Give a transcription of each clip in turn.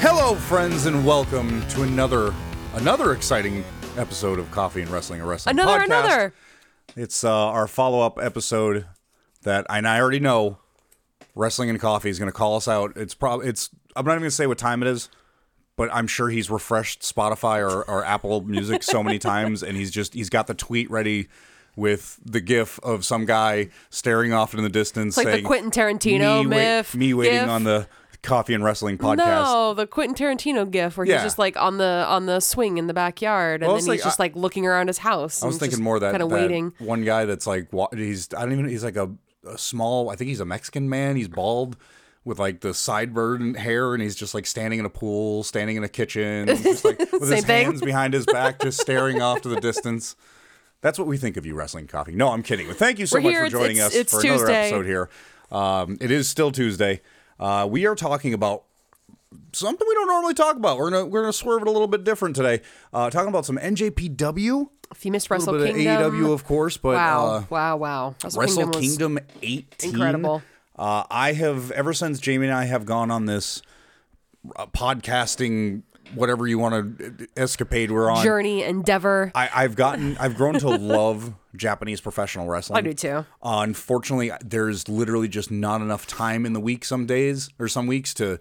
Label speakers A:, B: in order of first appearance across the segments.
A: Hello, friends, and welcome to another another exciting episode of Coffee and Wrestling, a wrestling
B: Another,
A: podcast.
B: another.
A: It's uh, our follow up episode that, and I already know wrestling and coffee is going to call us out. It's probably it's. I'm not even going to say what time it is, but I'm sure he's refreshed Spotify or, or Apple Music so many times, and he's just he's got the tweet ready with the gif of some guy staring off in the distance,
B: Like the
A: saying,
B: Quentin Tarantino
A: me, wait-
B: miff,
A: me waiting
B: gif."
A: on the coffee and wrestling podcast.
B: No, the Quentin Tarantino gif where
A: Yeah.
B: he's just like on the on the swing in the backyard, and
A: Well, I
B: then
A: was like-
B: he's just
A: I-
B: like looking around his house.
A: I was thinking more that
B: kind of
A: that
B: waiting.
A: One guy that's like wa- he's I don't even he's like a, a small I think he's a Mexican man. He's bald with like the sideburn and hair, and he's just like standing in a pool, standing in a kitchen, just like with his
B: Same thing.
A: hands behind his back, just staring off to the distance. That's what we think of you, wrestling coffee. No, I'm kidding. But thank you so
B: We're
A: much
B: here.
A: for
B: It's-
A: joining
B: it's-
A: us
B: it's
A: for another
B: Tuesday.
A: episode here. Um, it is still Tuesday. Uh, we are talking about something we don't normally talk about. We're gonna we're gonna swerve it a little bit different today. Uh, talking about some NJPW
B: Famous
A: a little
B: Wrestle
A: bit
B: Kingdom.
A: of AEW, of course, but
B: wow,
A: uh,
B: wow, wow, Wrestle,
A: Wrestle
B: Kingdom. was-
A: Kingdom 18.
B: incredible.
A: Uh, I have, ever since Jamie and I have gone on this uh, podcasting, whatever you want to escapade we're on,
B: Journey, Endeavor.
A: I, I've gotten, I've grown to love Japanese professional wrestling.
B: I do too.
A: Uh, unfortunately, there's literally just not enough time in the week some days or some weeks to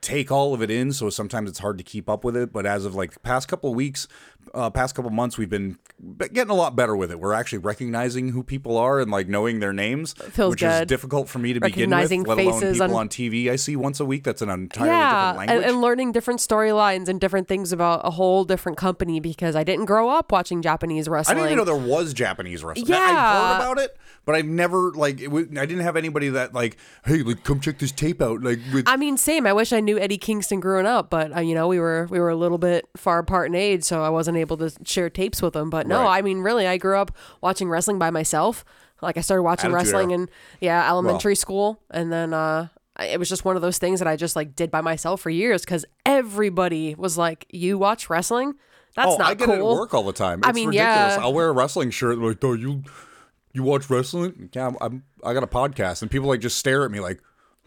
A: take all of it in. So sometimes it's hard to keep up with it. But as of like the past couple of weeks, uh, past couple of months, we've been b- getting a lot better with it. We're actually recognizing who people are and like knowing their names,
B: feels
A: which is
B: good.
A: difficult for me to begin with,
B: Recognizing
A: let alone
B: faces
A: people on...
B: on-
A: TV I see once a week. That's an entirely
B: yeah,
A: different
B: and,
A: language.
B: and learning different storylines and different things about a whole different company because I didn't grow up watching Japanese
A: I
B: wrestling.
A: didn't even know there was Japanese wrestling. I-
B: Yeah.
A: I've heard about it, but I've never like it w- I didn't have anybody that like, hey, like come check this tape out. Like with
B: I mean, same. I wish I knew Eddie Kingston growing up, but uh, you know, we were we were a little bit far apart in age, so I wasn't able to share tapes with him. But no,
A: Right.
B: I mean, really, I grew up watching wrestling by myself. Like I started watching
A: Attitude
B: wrestling
A: Era.
B: in yeah elementary school, and then uh, I, it was just one of those things that I just like did by myself for years because everybody was like, "You watch wrestling? That's
A: oh,
B: not
A: I get
B: cool."
A: it at work all the time. It's
B: I mean,
A: ridiculous.
B: yeah.
A: I'll wear a wrestling shirt like, oh, you, you watch wrestling? Yeah, I'm, I'm, I got a podcast, and people like just stare at me like,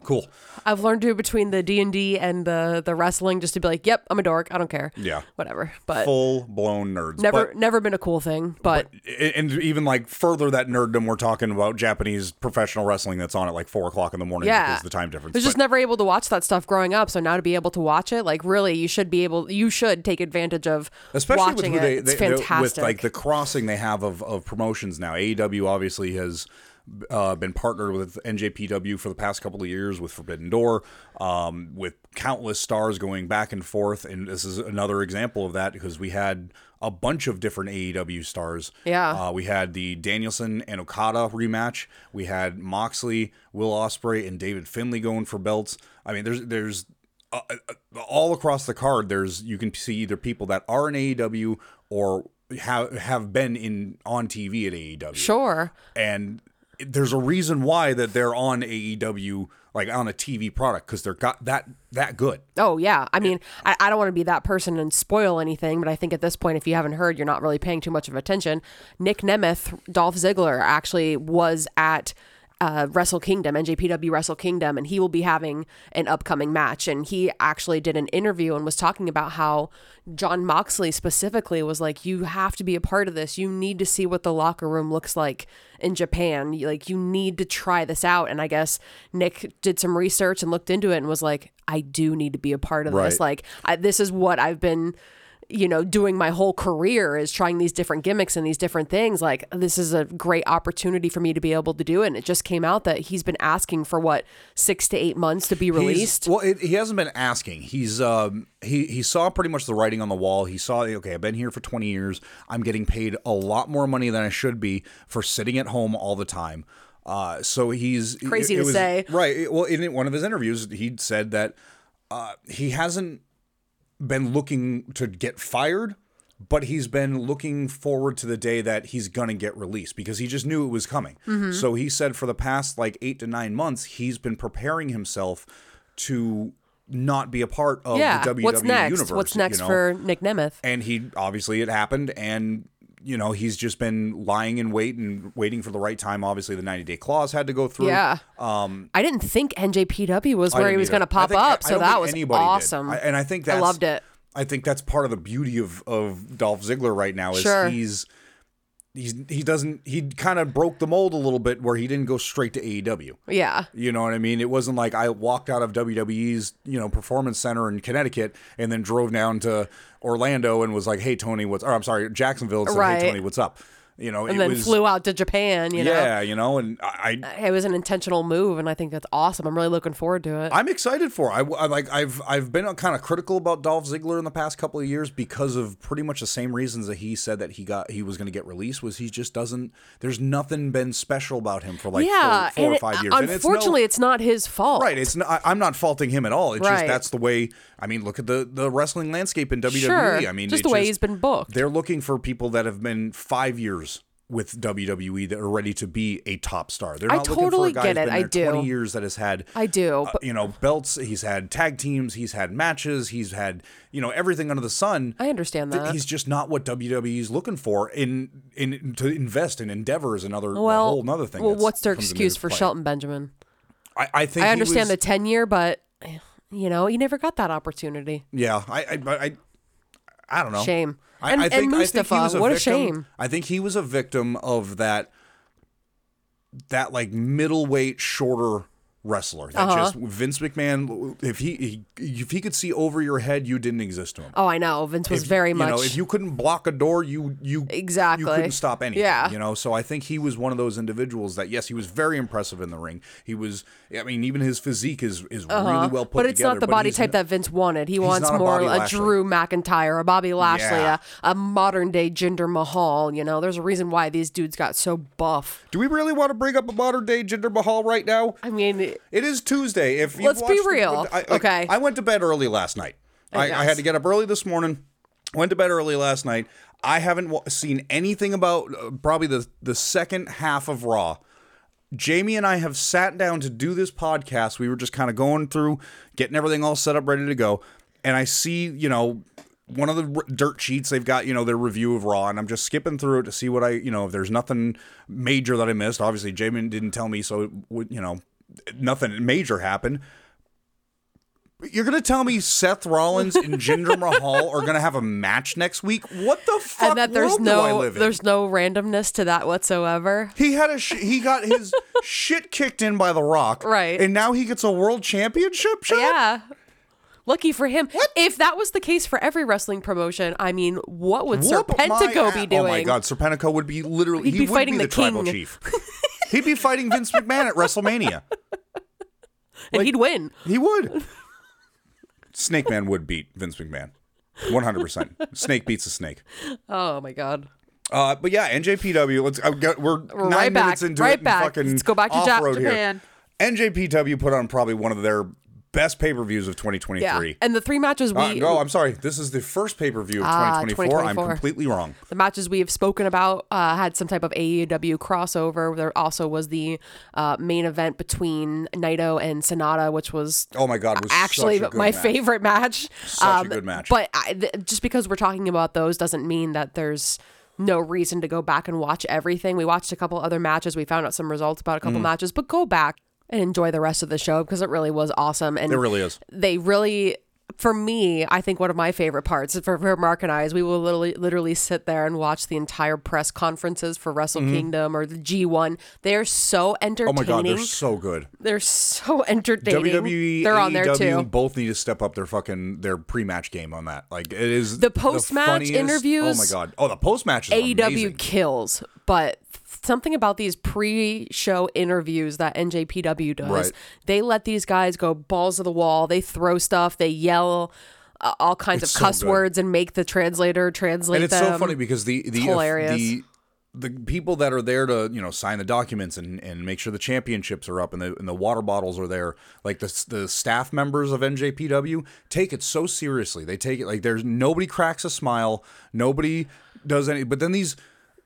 A: cool.
B: I've learned to between the D and D and the the wrestling just to be like, "Yep, I'm a dork. I don't care.
A: Yeah.
B: whatever." But
A: Full blown nerds.
B: never
A: But-
B: never been a cool thing. But
A: and even like further that nerddom, we're talking about Japanese professional wrestling that's on at like four o'clock in the morning
B: Yeah.
A: because of the time difference.
B: was
A: But-
B: just never able to watch that stuff growing up. So now to be able to watch it, like really, you should be able, you should take advantage of
A: especially with
B: watching
A: who
B: it.
A: they,
B: it's
A: they- they-
B: fantastic.
A: with like the crossing they have of, of promotions now. AEW obviously has uh, been partnered with NJPW for the past couple of years with Forbidden Door, um, with countless stars going back and forth, and this is another example of that because we had a bunch of different AEW stars.
B: Yeah.
A: uh, we had the Danielson and Okada rematch. We had Moxley, Will Osprey, and David Finley going for belts. I mean, there's there's uh, uh, all across the card, there's you can see either people that are in AEW or have have been in on TV at AEW,
B: sure.
A: and there's a reason why that they're on AEW like on a TV product because they're got that that good.
B: Oh yeah. I mean, I, I don't want to be that person and spoil anything, but I think at this point, if you haven't heard, you're not really paying too much of attention. Nick Nemeth, Dolph Ziggler actually was at uh, Wrestle Kingdom, NJPW Wrestle Kingdom, and he will be having an upcoming match. And he actually did an interview and was talking about how John Moxley specifically was like, "You have to be a part of this. You need to see what the locker room looks like in Japan. You- Like, you need to try this out." And I guess Nick did some research and looked into it and was like, "I do need to be a part of
A: Right.
B: this. Like, I, this is what I've been." you know, doing my whole career is trying these different gimmicks and these different things. Like, this is a great opportunity for me to be able to do it. And it just came out that he's been asking for what, six to eight months to be released?
A: He's, well, it, he hasn't been asking. He's um, he he saw pretty much the writing on the wall. He saw, okay, I've been here for 20 years. I'm getting paid a lot more money than I should be for sitting at home all the time. Uh, so he's
B: Crazy
A: it- it
B: to
A: was-
B: say.
A: right? it- well, in one of his interviews, he said that uh, he hasn't been looking to get fired, but he's been looking forward to the day that he's gonna get released because he just knew it was coming.
B: Mm-hmm.
A: So he said for the past like eight to nine months, he's been preparing himself to not be a part of
B: yeah.
A: the WWE
B: What's next?
A: universe.
B: What's next
A: you know?
B: for Nick Nemeth?
A: And he obviously it happened, and you know, he's just been lying in wait and waiting for the right time. Obviously, the 90 day clause had to go through. Um,
B: Yeah. I didn't think NJPW was
A: I
B: where
A: didn't
B: he was
A: either.
B: going to
A: I
B: pop
A: think-
B: up,
A: I- I
B: so
A: don't
B: that
A: think
B: was
A: anybody did.
B: awesome.
A: I- and I think that's,
B: loved it.
A: I think that's part of the beauty of of Dolph Ziggler right now is
B: Sure.
A: he's he's he doesn't he kind of broke the mold a little bit where he didn't go straight to AEW.
B: yeah,
A: You know what I mean? It wasn't like I walked out of WWE's, you know, performance center in Connecticut and then drove down to Orlando and was like, "Hey Tony, what's?" Or I'm sorry, Jacksonville and said,
B: Right.
A: "Hey Tony, what's up?" You know,
B: and
A: it
B: then
A: was
B: flew out to Japan. You know,
A: yeah, you know, and I,
B: it was an intentional move, and I think that's awesome. I'm really looking forward to it.
A: I'm excited for. I, I like. I've I've been kind of critical about Dolph Ziggler in the past couple of years because of pretty much the same reasons that he said that he got he was going to get released was he just doesn't. There's nothing been special about him for like four,
B: yeah,
A: four
B: and
A: or
B: it- uh,
A: five years. And it's no-
B: unfortunately, it's, not his fault.
A: Right, it's not, I'm not faulting him at all. It's just
B: Right.
A: that's the way. I mean, look at the, the wrestling landscape in WWE.
B: Sure.
A: E, I mean,
B: just
A: it's
B: the way he's been booked.
A: They're looking for people that have been five years with WWE that are ready to be a top star. They're
B: I
A: not
B: totally
A: looking for a guy who's
B: get it.
A: been
B: I
A: there
B: do.
A: 20 years that has had
B: I do,
A: uh,
B: but
A: you know belts. He's had tag teams. He's had matches. He's had you know everything under the sun.
B: I understand
A: Th-
B: that.
A: He's just not what WWE is looking for in in to invest in endeavors and other
B: well,
A: a whole another thing.
B: well,
A: that's-
B: what's their
A: comes into
B: excuse for
A: play.
B: Shelton Benjamin?
A: I, I think
B: I
A: he
B: understand
A: was-
B: the tenure, but you know, he never got that opportunity.
A: Yeah, I, I, but I, I don't know.
B: Shame.
A: I,
B: And-
A: I
B: and
A: think, I think
B: Mustafa,
A: he was a
B: what a
A: victim-
B: shame.
A: I think he was a victim of that, that like middleweight, shorter wrestler. That
B: Uh-huh.
A: just Vince McMahon, if he, he if he could see over your head, you didn't exist to him.
B: Oh, I know. Vince was
A: If-
B: very
A: you
B: much.
A: Know, if you couldn't block a door, you you
B: Exactly.
A: you couldn't stop anything.
B: Yeah.
A: You know, so I think he was one of those individuals that yes, he was very impressive in the ring. He was. I mean, even his physique is is really well put
B: Uh-huh. but it's
A: together.
B: not the body
A: he's
B: type that Vince wanted. He wants
A: not a
B: more
A: Bobby
B: a,
A: Lashley.
B: Drew McIntyre, a Bobby Lashley,
A: Yeah.
B: a, a modern day Jinder Mahal. You know, there's a reason why these dudes got so buff.
A: Do we really want to bring up a modern day Jinder Mahal right now?
B: I mean,
A: It is Tuesday. If you
B: Let's be real.
A: I, like,
B: Okay.
A: I went to bed early last night. I, I
B: guess.
A: had to get up early this morning. Went to bed early last night. I haven't wa- seen anything about uh, probably the the second half of Raw. Jamie and I have sat down to do this podcast. We were just kind of going through, getting everything all set up, ready to go. And I see, you know, one of the r- dirt sheets they've got, you know, their review of Raw, and I'm just skipping through it to see what I, you know, if there's nothing major that I missed. Obviously, Jamie didn't tell me, so it would, you know, nothing major happened. But You're gonna tell me Seth Rollins and Jinder Mahal are gonna have a match next week? What the fuck?
B: and that there's
A: world do I
B: no
A: live in?
B: there's no randomness to that whatsoever.
A: He had a sh- he got his shit kicked in by The Rock,
B: Right.
A: And now he gets a world championship shot.
B: Yeah. Lucky for him. If that was the case for every wrestling promotion, I mean, what would Sir
A: Whoop my
B: Pentago
A: ass-
B: be doing?
A: Oh my god, Serpentico would be literally
B: He'd
A: he
B: be
A: would
B: fighting
A: be
B: the
A: the, tribal
B: king.
A: chief. He'd be fighting Vince McMahon at WrestleMania.
B: And he'd win.
A: He would. Snake Man would beat Vince McMahon. 100%. Snake beats a snake.
B: Oh my god.
A: Uh, but yeah, NJPW. Let's. I've got, we're
B: We're
A: nine
B: right back,
A: minutes into
B: right
A: it. and
B: back.
A: Fucking
B: Let's go back to Ja-
A: off-road here.
B: Japan.
A: NJPW put on probably one of their best pay per views of 2023.
B: Yeah. And the three matches we
A: Uh, no, I'm sorry. This is the first pay per view of
B: Ah,
A: 2024. I'm
B: 2024.
A: completely wrong.
B: the matches we have spoken about uh, had some type of AEW crossover. There also was the uh, main event between Naito and Sonata, which was
A: Oh my God, it was
B: actually
A: such a good
B: my
A: match.
B: favorite match.
A: Such
B: Um,
A: a good match.
B: But I, th- just because we're talking about those doesn't mean that there's no reason to go back and watch everything. We watched a couple other matches. We found out some results about a
A: Mm.
B: couple matches, but go back and enjoy the rest of the show because it really was awesome. And
A: It really is.
B: they really for me i think one of my favorite parts for, for mark and i is we will literally literally sit there and watch the entire press conferences for wrestle kingdom or the g1 they're so
A: Mm-hmm. Oh
B: entertaining
A: my God, they're so E, good.
B: They're so entertaining
A: WWE,
B: they're on there
A: AEW
B: too
A: Both need to step up their fucking their pre match game on that. Like it is
B: The post-match
A: funniest-
B: interviews, E
A: Oh my God. Oh, the post match is amazing.
B: aew kills but something about these pre-show interviews that njpw does
A: Right.
B: they let these guys go balls to the wall they throw stuff they yell uh, all kinds
A: It's
B: of
A: so
B: cuss
A: good.
B: words and make the translator translate
A: and it's
B: them
A: so funny because the the
B: hilarious.
A: the the people that are there to you know sign the documents and, and make sure the championships are up and the and the water bottles are there like the the staff members of NJPW take it so seriously they take it like there's nobody cracks a smile nobody does any but then these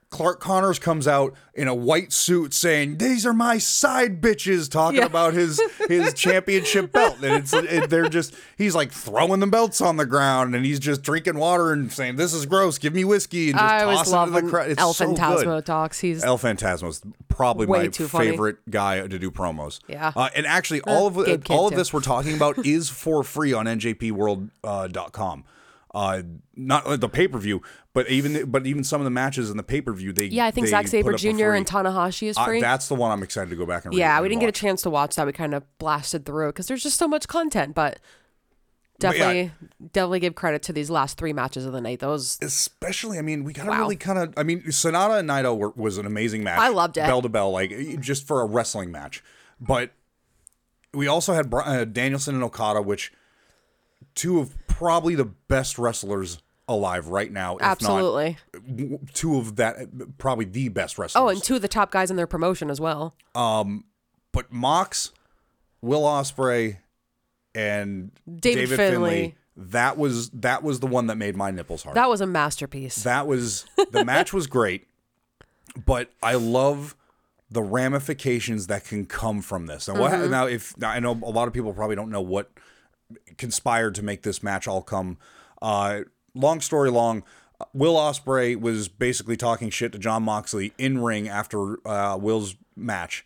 A: Clark Connors comes out in a white suit saying, "These are my side bitches," talking
B: Yeah.
A: about his his championship belt, and it's it, they're just he's like throwing the belts on the ground, and he's just drinking water and saying, "This is gross. Give me whiskey," and just
B: I always
A: tossing it
B: love
A: to the
B: when
A: crowd. It's
B: El
A: so good.
B: Fantasmo talks. He's
A: El Fantasma's probably
B: Way
A: my
B: too funny.
A: favorite guy to do promos.
B: Yeah.
A: Uh, and actually, all of uh,
B: Gabe
A: all
B: Kidd,
A: of
B: too.
A: this we're talking about is for free on njpworld.com. Uh, not the pay per view, but even but even some of the matches in the pay per view, they
B: yeah, I think
A: they
B: Zack Saber
A: put up for
B: Jr.
A: free.
B: and Tanahashi is
A: Uh,
B: free.
A: that's the one I'm excited to go back and.
B: yeah,
A: re-
B: we didn't get a
A: rewatch.
B: chance to watch that. We kind of blasted through because there's just so much content, but
A: But yeah,
B: definitely, definitely give credit to these last three matches of the night. Those
A: Especially, I mean, we gotta
B: Wow.
A: really kind of. I mean, Sonata and Naito were, was an amazing match.
B: I loved it.
A: bell to bell, like just for a wrestling match. But we also had Bri- uh, Danielson and Okada, which two of probably the best wrestlers alive right now. If
B: absolutely.
A: not w- two of that, uh, probably the best wrestlers.
B: Oh, and two of the top guys in their promotion as well.
A: but Mox, Will Osprey, and
B: David Finlay.
A: That was that was the one that made my nipples hard.
B: That was a masterpiece.
A: that was the match was great, but I love the ramifications that can come from this. And what now if now I know a lot of people probably don't know what conspired to make this match all come uh long story long Will Osprey was basically talking shit to John Moxley in ring after uh, Will's match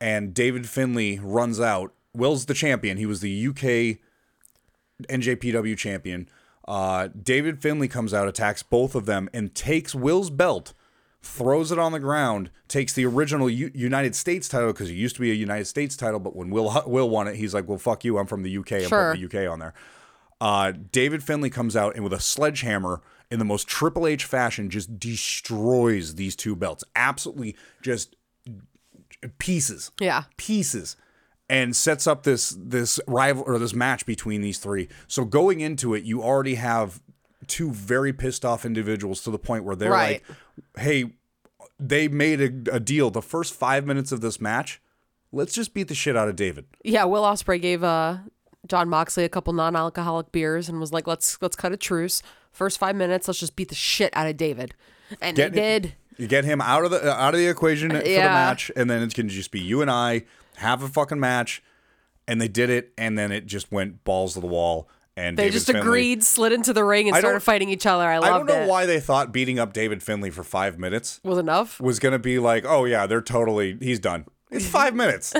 A: and David Finley runs out. Will's the champion. He was the UK NJPW champion. Uh, David Finley comes out, attacks both of them, and takes Will's belt, throws it on the ground, takes the original U- United States title because it used to be a United States title, but when Will Will won it, he's like, "Well, fuck you. I'm from the UK. I'm
B: Sure.
A: putting the UK on there." Uh, David Finley comes out and with a sledgehammer in the most Triple H fashion just destroys these two belts. Absolutely just pieces
B: Yeah.
A: pieces and sets up this this rival or this match between these three. So going into it, you already have two very pissed off individuals to the point where they're
B: Right.
A: like, "Hey, they made a, a deal. The first five minutes of this match, let's just beat the shit out of David."
B: Yeah, Will Osprey gave uh, John Moxley a couple non-alcoholic beers and was like, "Let's let's cut a truce. First five minutes, let's just beat the shit out of David." And
A: Get
B: they
A: him-
B: did.
A: You get him out of the uh, out of the equation for the
B: yeah.
A: match, and then it can just be you and I have a fucking match. And they did it, and then it just went balls to the wall. And
B: They
A: David
B: just
A: Finlay-
B: agreed, slid into the ring, and
A: I
B: started
A: don't-
B: fighting each other. I loved
A: I don't know
B: it.
A: why they thought beating up David Finley for five minutes
B: Was enough?
A: was going to be like, oh yeah, they're totally he's done. It's five minutes.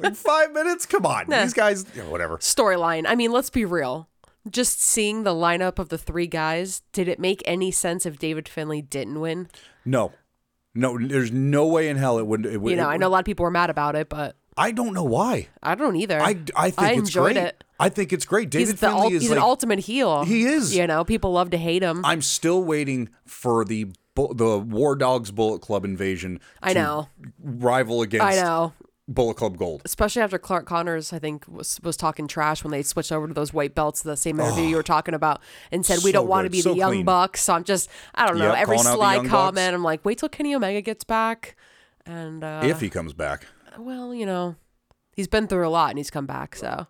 A: Like, five minutes. Come on, these guys. yeah, whatever.
B: Storyline. I mean, let's be real. Just seeing the lineup of the three guys, did it make any sense if David Finley didn't win?
A: No, no. There's no way in hell it would. It would
B: You know,
A: it
B: I
A: would-
B: know a lot of people were mad about it, but
A: I don't know why.
B: I don't either.
A: I I think it's
B: enjoyed
A: great.
B: it.
A: I think it's great. David
B: He's the
A: Finley
B: ul-
A: is
B: he's
A: like
B: an ultimate heel.
A: He is.
B: You know, people love to hate him.
A: I'm still waiting for the bu- the War Dogs Bullet Club invasion.
B: I
A: to
B: know.
A: Rival against
B: I know.
A: Bullet Club Gold.
B: especially after Clark Connors, I think, was was talking trash when they switched over to those white belts. The same interview you were talking about, and said we
A: Oh, So
B: don't want to
A: good,
B: be
A: so
B: the young
A: clean.
B: bucks. So I'm just, I don't know.
A: Yeah,
B: every
A: calling out the
B: sly
A: Young
B: comment,
A: Bucks.
B: I'm like, wait till Kenny Omega gets back, and uh,
A: if he comes back.
B: well, you know, he's been through a lot and he's come back, so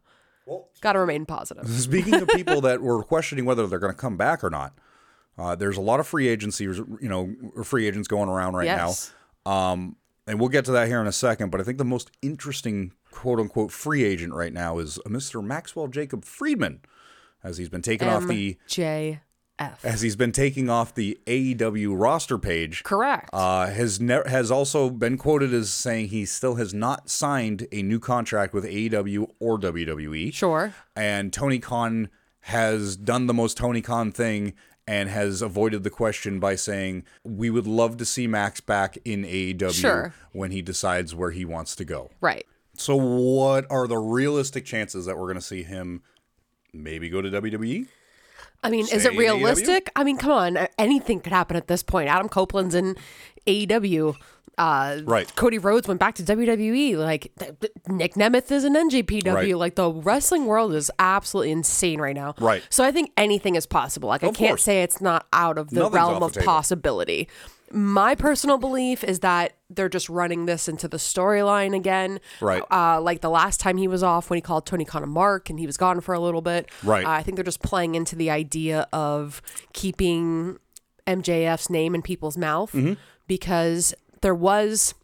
B: got to remain positive.
A: Speaking of people that were questioning whether they're going to come back or not, uh, there's a lot of free agency, you know, free agents going around right
B: Yes.
A: now. Um, and we'll get to that here in a second. But I think the most interesting quote unquote free agent right now is a Mr. Maxwell Jacob Friedman, as he's been taken
B: Um,
A: off the
B: MJF,
A: as he's been taking off the AEW roster page.
B: correct.
A: Uh, has never has also been quoted as saying he still has not signed a new contract with AEW or E. WWE
B: sure.
A: and Tony Khan has done the most Tony Khan thing and has avoided the question by saying we would love to see Max back in AEW
B: Sure.
A: when he decides where he wants to go.
B: Right.
A: So what are the realistic chances that we're going to see him maybe go to E? WWE?
B: I mean, is
A: Say
B: it
A: AEW?
B: realistic? I mean, come on, a- anything could happen at this point. Adam Copeland's in AEW. Uh,
A: Right.
B: Cody Rhodes went back to WWE. Like th- th- Nick Nemeth is in NJPW.
A: Right.
B: Like the wrestling world is absolutely insane right now.
A: Right.
B: So I think anything is possible. Like
A: Of
B: I can't
A: course.
B: say it's not out of the
A: Nothing's off
B: realm
A: the
B: of
A: table.
B: possibility. My personal belief is that they're just running this into the storyline again.
A: Right.
B: Uh, like the last time he was off when he called Tony Khan a mark and he was gone for a little bit.
A: Right.
B: Uh, I think they're just playing
A: Mm-hmm.
B: into the idea of keeping MJF's name in people's mouth because there was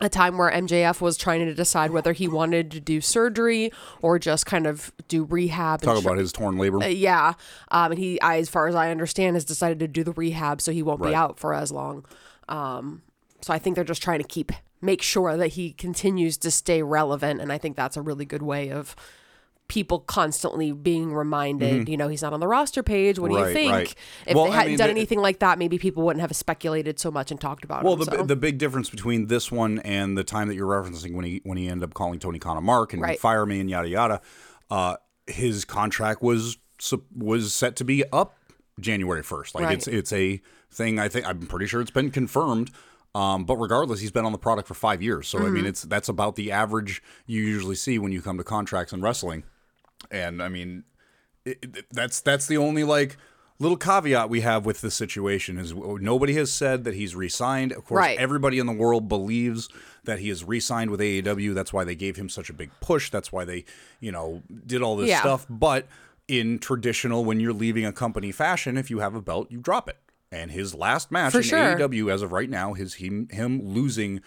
B: a time where MJF was trying to decide whether he wanted to do surgery or just kind of do rehab.
A: Talk
B: and tr-
A: about his torn labor.
B: Uh, yeah, um, and he, I, as far as I understand, has decided to do the rehab, so he won't
A: Right.
B: be out for as long. Um, so I think they're just trying to keep make sure that he continues to stay relevant, and I think that's a really good way of people constantly being reminded. You know, he's not on the roster page. What do
A: Mm-hmm. Right,
B: you think?
A: right.
B: If
A: Well, I
B: they hadn't
A: mean,
B: done
A: the-
B: anything like that, maybe people wouldn't have speculated so much and talked about
A: Well,
B: him.
A: the,
B: so.
A: the big difference between this one and the time that you're referencing when he when he ended up calling Tony Khan a mark and
B: Right.
A: fire me and yada yada, uh, his contract was sup- was set to be up January first. Like
B: Right.
A: it's it's a thing. I think I'm pretty sure it's been confirmed. Um, but regardless, he's been on the product for five years. So I
B: Mm-hmm.
A: mean, it's that's about the average you usually see when you come to contracts in wrestling. And I mean, it, it- that's that's the only like little caveat we have with this situation is nobody has said that he's re-signed. Of course,
B: Right.
A: everybody in the world believes that he is re-signed with AEW. That's why they gave him such a big push. That's why they, you know, did all this
B: Yeah.
A: stuff. But in traditional, when you're leaving a company fashion, if you have a belt, you drop it. And his last match
B: For
A: in
B: sure.
A: AEW as of right now is him him losing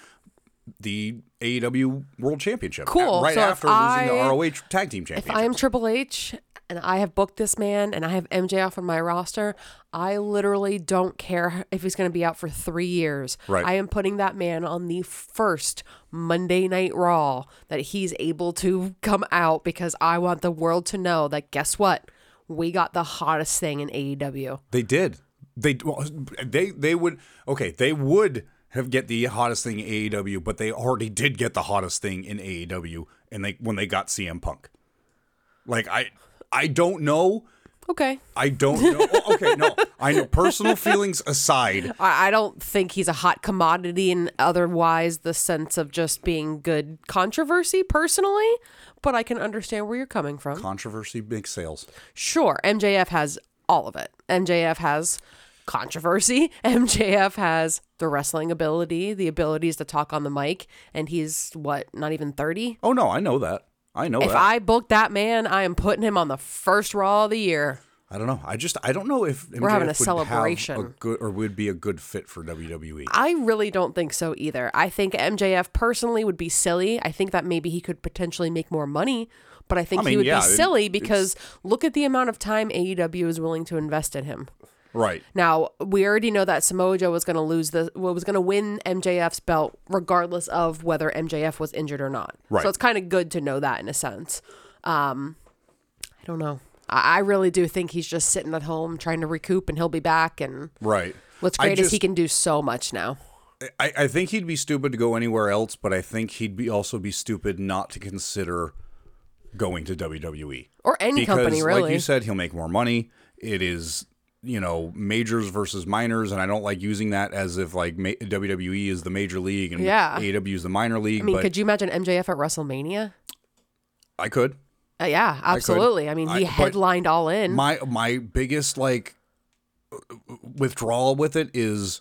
A: the AEW World Championship.
B: Cool.
A: Right
B: So if
A: after losing
B: I-
A: the ROH Tag Team Championship.
B: I am Triple H and I have booked this man and I have MJF on my roster, I literally don't care if he's going to be out for three years.
A: Right.
B: I am putting that man on the first Monday Night Raw that he's able to come out because I want the world to know that guess what? We got the hottest thing in E AEW.
A: They did. They well, they they would okay. They would have get the hottest thing in AEW, but they already did get the hottest thing in AEW, and they when they got CM Punk. Like I I don't know.
B: Okay.
A: I don't know. Oh, okay, no. I know personal feelings aside.
B: I I don't think he's a hot commodity in otherwise the sense of just being good controversy personally, but I can understand where you're coming from.
A: Controversy makes sales.
B: Sure, MJF has all of it. MJF has controversy. MJF has the wrestling ability, the abilities to talk on the mic, and he's what, not even 30?
A: Oh no, I know that. I know
B: If
A: that.
B: I book that man, I am putting him on the first Raw of the year.
A: I don't know. I just I don't know if
B: We're having a
A: MJF would have a
B: celebration.
A: good or would be a good fit for E. WWE.
B: I really don't think so either. I think MJF personally would be silly. I think that maybe he could potentially make more money, but I think
A: I
B: he
A: mean,
B: would
A: yeah, it-
B: be silly because look at the amount of time AEW is willing to invest in him.
A: Right.
B: Now we already know that Samoa Joe was going to lose the well, was going to win MJF's belt regardless of whether MJF was injured or not.
A: Right.
B: So it's kind of good to know that in a sense. Um, I don't know. I, I really do think he's just sitting at home trying to recoup, and he'll be back. And
A: Right.
B: what's
A: I
B: great is
A: just-
B: he can do so much now.
A: I, I think he'd be stupid to go anywhere else, but I think he'd be also be stupid not to consider going to WWE
B: Or any
A: because,
B: company, really.
A: like you said, he'll make more money. It is you know majors versus minors, and I don't like using that as if like ma- WWE is the major league and
B: Yeah.
A: AEW is the minor league.
B: I mean,
A: but
B: could you imagine MJF at WrestleMania?
A: I could.
B: Uh, yeah, absolutely. I, mean,
A: I-
B: he
A: but
B: headlined all in.
A: My my biggest like withdrawal with it is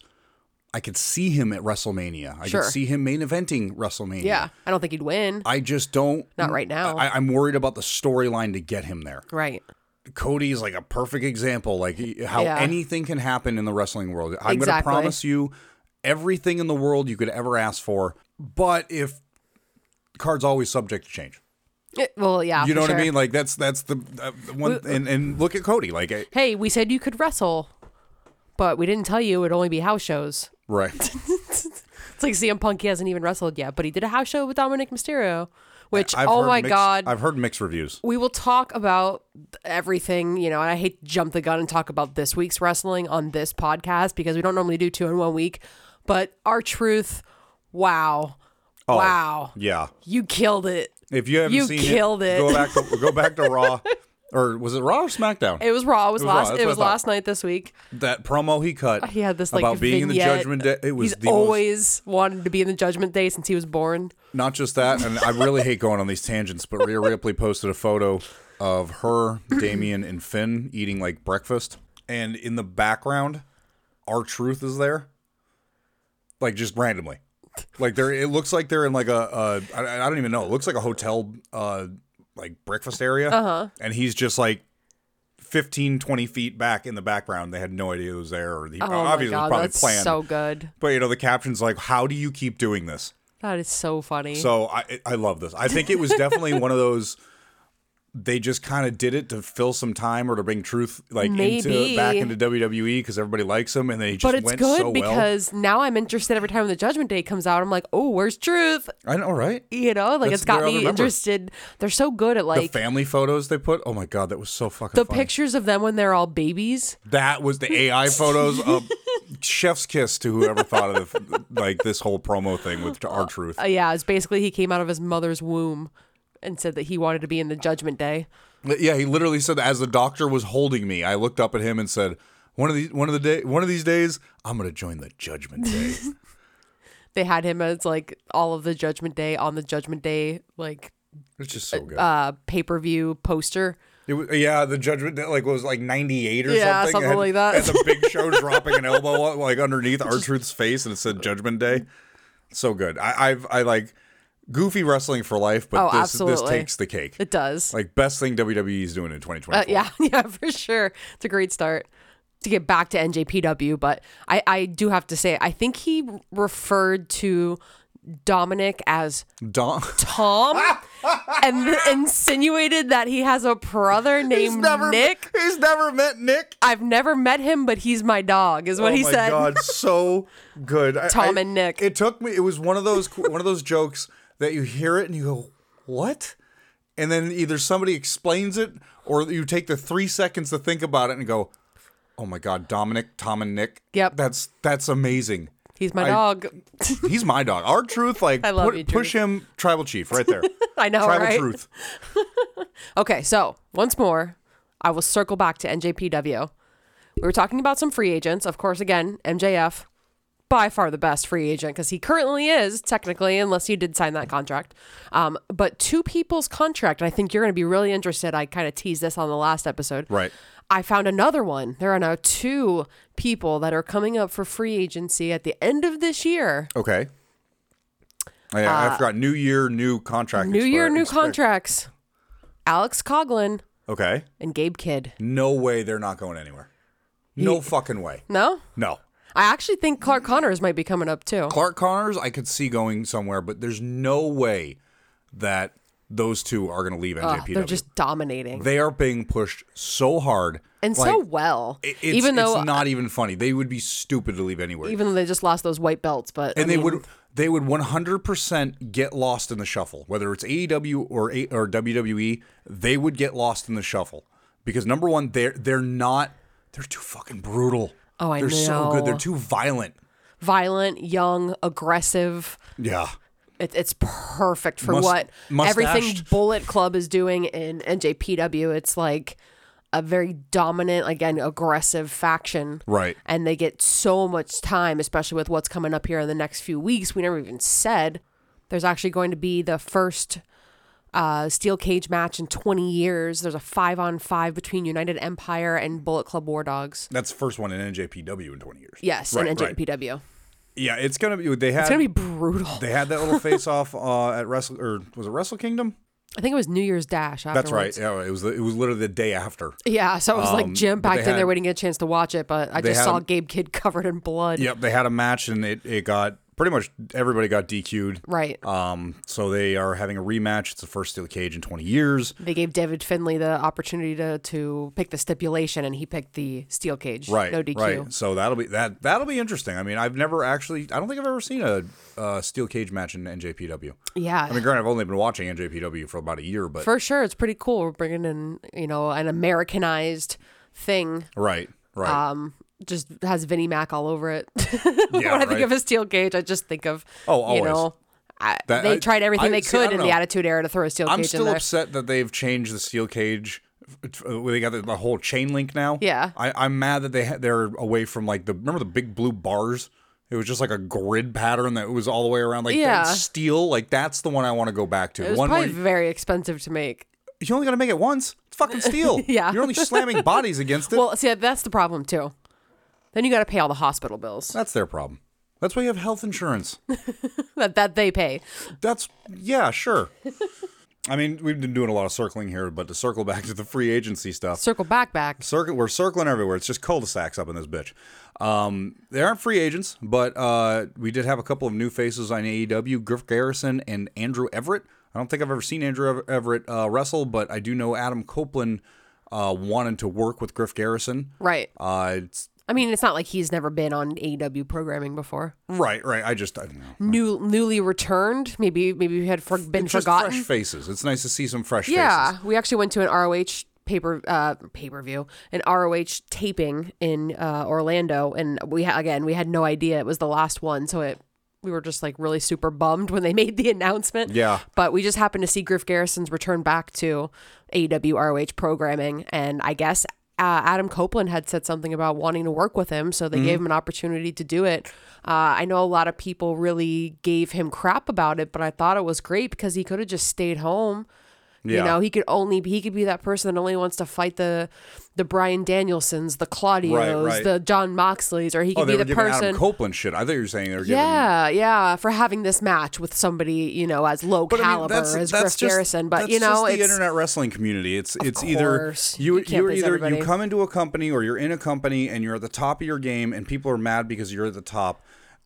A: I could see him at WrestleMania. I
B: Sure.
A: could see him main eventing WrestleMania.
B: yeah, I don't think he'd win.
A: I just don't.
B: Not right now.
A: I, I'm worried about the storyline to get him there.
B: right.
A: Cody is like a perfect example, like he- how
B: Yeah.
A: anything can happen in the wrestling world. I'm going to
B: Exactly.
A: promise you everything in the world you could ever ask for, but if cards always subject to change,
B: Eh, well, yeah.
A: you
B: for
A: know what
B: sure.
A: I mean? Like that's that's the uh, the one. And, and look at Cody, like I-
B: hey, we said you could wrestle, but we didn't tell you it'd only be house shows.
A: right.
B: It's like CM Punk, he hasn't even wrestled yet, but he did a house show with Dominic Mysterio, which,
A: I've
B: oh
A: heard
B: my
A: mixed-
B: God.
A: I've heard mixed reviews.
B: we will talk about everything, you know, and I hate to jump the gun and talk about this week's wrestling on this podcast because we don't normally do two in one week. But our truth, wow.
A: Oh.
B: Wow.
A: Yeah,
B: You killed it.
A: if you haven't
B: You
A: seen
B: killed it.
A: go back to, go back to Raw, or was it Raw or SmackDown?
B: It was raw. It was,
A: It was Raw,
B: last
A: that's what
B: it
A: I
B: was
A: thought.
B: last night this week.
A: that promo he cut.
B: He had this like
A: about being in the
B: vignette.
A: judgment day. It was
B: He's
A: the most,
B: always wanted to be in the judgment day since he was born.
A: not just that, and I really hate going on these tangents. But Rhea Ripley posted a photo of her, Damien, and Finn eating like breakfast, and in the background, our truth is there, like just randomly, like they're. It looks like they're in like a. a I, I don't even know. It looks like a hotel, uh, like breakfast area, uh-huh. and he's just like. 15, 20 feet back in the background. They had no idea it was there, or he
B: Oh my
A: obviously it was
B: god,
A: probably
B: that's
A: planned.
B: so good.
A: but you know, the caption's like, "How do you keep doing this?"
B: That is so funny.
A: So I I love this. I think it was definitely one of those. They just kind of did it to fill some time or to bring truth like into
B: Maybe.
A: back into WWE because everybody likes him and they just
B: but it's
A: went
B: good
A: so well.
B: because now I'm interested every time the Judgment Day comes out. I'm like, oh, where's truth?
A: I know, right?
B: You know, like
A: That's-
B: it's got
A: they're- I
B: me
A: remember.
B: interested. They're so good at
A: The
B: like the,
A: family photos they put. Oh my god, that was so fucking. funny.
B: pictures of them when they're all babies.
A: That was the AI photos of chef's kiss to whoever thought of like this whole promo thing with our truth.
B: Uh, yeah, it's basically he came out of his mother's womb and said that he wanted to be in the Judgment Day.
A: Yeah, he literally said as the doctor was holding me, I looked up at him and said, "One of these, one of the day, one of these days, I'm gonna join the Judgment Day."
B: They had him as like all of the Judgment Day on the Judgment Day like
A: It's just so good.
B: uh pay per view poster.
A: It was, yeah, the Judgment Day like was like '98 or
B: Yeah,
A: something.
B: something
A: and-
B: like that.
A: And the big show dropping an elbow like underneath our truth's face, and it said Judgment Day. So good. I, I've I like goofy wrestling for life, but
B: Oh,
A: this
B: absolutely.
A: this takes the cake.
B: It does.
A: like best thing WWE is doing in 2024.
B: Uh, yeah, yeah, for sure. It's a great start to get back to NJPW, but I, I do have to say, I think he referred to Dominic as
A: Don.
B: Tom and th- insinuated that he has a brother named Nick.
A: He's never met Nick.
B: I've never met him, but he's my dog, is what
A: oh
B: he
A: my
B: said.
A: god, so good. I-
B: Tom
A: I-
B: and Nick.
A: It took me. It was one of those one of those jokes that you hear it and you go, "What?" And then either somebody explains it or you take the three seconds to think about it and go, "Oh my god, Dominic, Tom and Nick."
B: Yep.
A: That's that's amazing.
B: He's my
A: I-
B: dog.
A: He's my dog. Our truth, like
B: I love
A: put-
B: you,
A: push him, tribal chief, right there.
B: I know,
A: tribal
B: right?
A: truth.
B: Okay, so once more, I will circle back to NJPW. We were talking about some free agents. Of course, again, MJF, by far the best free agent because he currently is, technically, unless he did sign that contract. Um, but two people's contract, and I think you're going to be really interested. I kind of teased this on the last episode.
A: Right.
B: I found another one. There are now two people that are coming up for free agency at the end of this year.
A: Okay. Yeah, I forgot. New year, new contract.
B: Uh, New year,
A: expir-
B: new
A: expir-
B: contracts. Alex Coglin
A: Okay.
B: and Gabe Kidd.
A: No way they're not going anywhere. No fucking way.
B: No?
A: No.
B: I actually think Clark Connors might be coming up too.
A: Clark Connors, I could see going somewhere, but there's no way that those two are going to leave
B: Ugh,
A: NJPW.
B: Ah, they're just dominating
A: They are being pushed so hard.
B: and
A: like,
B: so well.
A: it- it's,
B: even though,
A: it's not even funny. They would be stupid to leave anywhere.
B: even though they just lost those white belts, but
A: and
B: I
A: they
B: mean,
A: would they would 100% get lost in the shuffle whether it's AEW or A- or WWE they would get lost in the shuffle because number one they're they're not they're too fucking brutal
B: Oh, I
A: they're so
B: know.
A: good they're too violent
B: violent, young, aggressive.
A: yeah
B: It, it's perfect for
A: Must-
B: what everything
A: mustached.
B: Bullet Club is doing in NJPW. It's like a very dominant, again, aggressive faction.
A: Right.
B: And they get so much time, especially with what's coming up here in the next few weeks. We never even said there's actually going to be the first uh, steel cage match in 20 years. There's a five on five between United Empire and Bullet Club War Dogs.
A: that's the first one in NJPW in 20 years
B: Yes,
A: Right,
B: and
A: right.
B: NJPW.
A: yeah it's going to be they
B: It's
A: had
B: going to be brutal.
A: they had that little face off uh, at Wrestle or was it Wrestle Kingdom
B: I think it was New Year's Dash afterwards.
A: that's right yeah it was the- it was literally the day after
B: Yeah, so it was like
A: Um,
B: jam
A: but they
B: packed in
A: had-
B: there. We didn't get a chance to watch it, but I
A: They
B: just
A: had
B: saw
A: him-
B: Gabe Kidd covered in blood.
A: yep they had a match and it it got pretty much everybody got DQ'd
B: Right.
A: Um, so they are having a rematch. It's the first steel cage in 20 years.
B: they gave David Finley the opportunity to, to pick the stipulation, and he picked the steel cage.
A: Right.
B: No DQ.
A: Right. So that'll be that. That'll be interesting. I mean, I've never actually. I don't think I've ever seen a, uh steel cage match in NJPW.
B: Yeah.
A: I mean, granted, I've only been watching NJPW for about a year, but
B: for sure. It's pretty cool. We're bringing in, you know, an Americanized thing.
A: right, right.
B: Um, just has Vinnie Mac all over it.
A: yeah,
B: when I
A: right.
B: think of a steel cage, I just think of,
A: Oh,
B: you
A: always.
B: know, I,
A: That-
B: they
A: I-
B: tried everything
A: I-
B: they
A: see, I
B: could
A: don't
B: in
A: know.
B: the Attitude Era to throw a steel
A: I'm
B: cage
A: still
B: in there.
A: upset that they've changed the steel cage. f- f- They got the, the whole chain link now.
B: Yeah.
A: I, I'm mad that they ha- they're away from like the remember the big blue bars. It was just like a grid pattern that was all the way around, like
B: Yeah.
A: that steel. Like that's the one I want to go back to.
B: It was
A: one
B: probably
A: where-
B: very expensive to make.
A: you only got to make it once. It's fucking steel.
B: Yeah.
A: You're only slamming bodies against it.
B: Well, see, that's the problem too. Then you got to pay all the hospital bills
A: That's their problem. That's why you have health insurance.
B: that, that they pay.
A: That's, yeah, sure. I mean, we've been doing a lot of circling here, but to circle back to the free agency stuff,
B: Circle back, back.
A: circuit we're circling everywhere it's just cul-de-sacs up in this bitch um, they aren't free agents but uh, we did have a couple of new faces on aew griff garrison and andrew everett i don't think i've ever seen andrew Ev- everett uh, wrestle but i do know adam copeland uh, wanted to work with griff garrison
B: Right.
A: uh, it's,
B: I mean, it's not like he's never been on AEW programming before.
A: right right i just i don't know
B: New, newly returned. Maybe, maybe we had for, been
A: It's just
B: forgotten.
A: fresh faces it's nice to see some fresh
B: yeah,
A: faces
B: we actually went to an ROH paper uh pay per view, an ROH taping in uh Orlando, and we ha- again we had no idea it was the last one, so it we were just like really super bummed when they made the announcement.
A: Yeah.
B: but we just happened to see Griff Garrison's return back to E AEW ROH programming, and I guess. Uh, Adam Copeland had said something about wanting to work with him, so they gave him an opportunity to do it. Uh, I know a lot of people really gave him crap about it, but I thought it was great because he could have just stayed home.
A: Yeah.
B: You know, he could only he could be that person that only wants to fight the the Brian Danielsons, the Claudios,
A: right.
B: the John Moxleys, or he could
A: oh they
B: be
A: were
B: the
A: giving adam
B: person.
A: copeland shit i thought you were saying they were giving
B: yeah, yeah, for having this match with somebody you know as low
A: But, I mean,
B: caliber as Griff
A: just-
B: Garrison, but
A: that's
B: you know
A: just the
B: it's
A: internet wrestling community. It's it's either
B: course.
A: you
B: You can't
A: you are
B: please
A: either you
B: everybody.
A: come into a company or you're in a company and you're at the top of your game and people are mad because you're at the top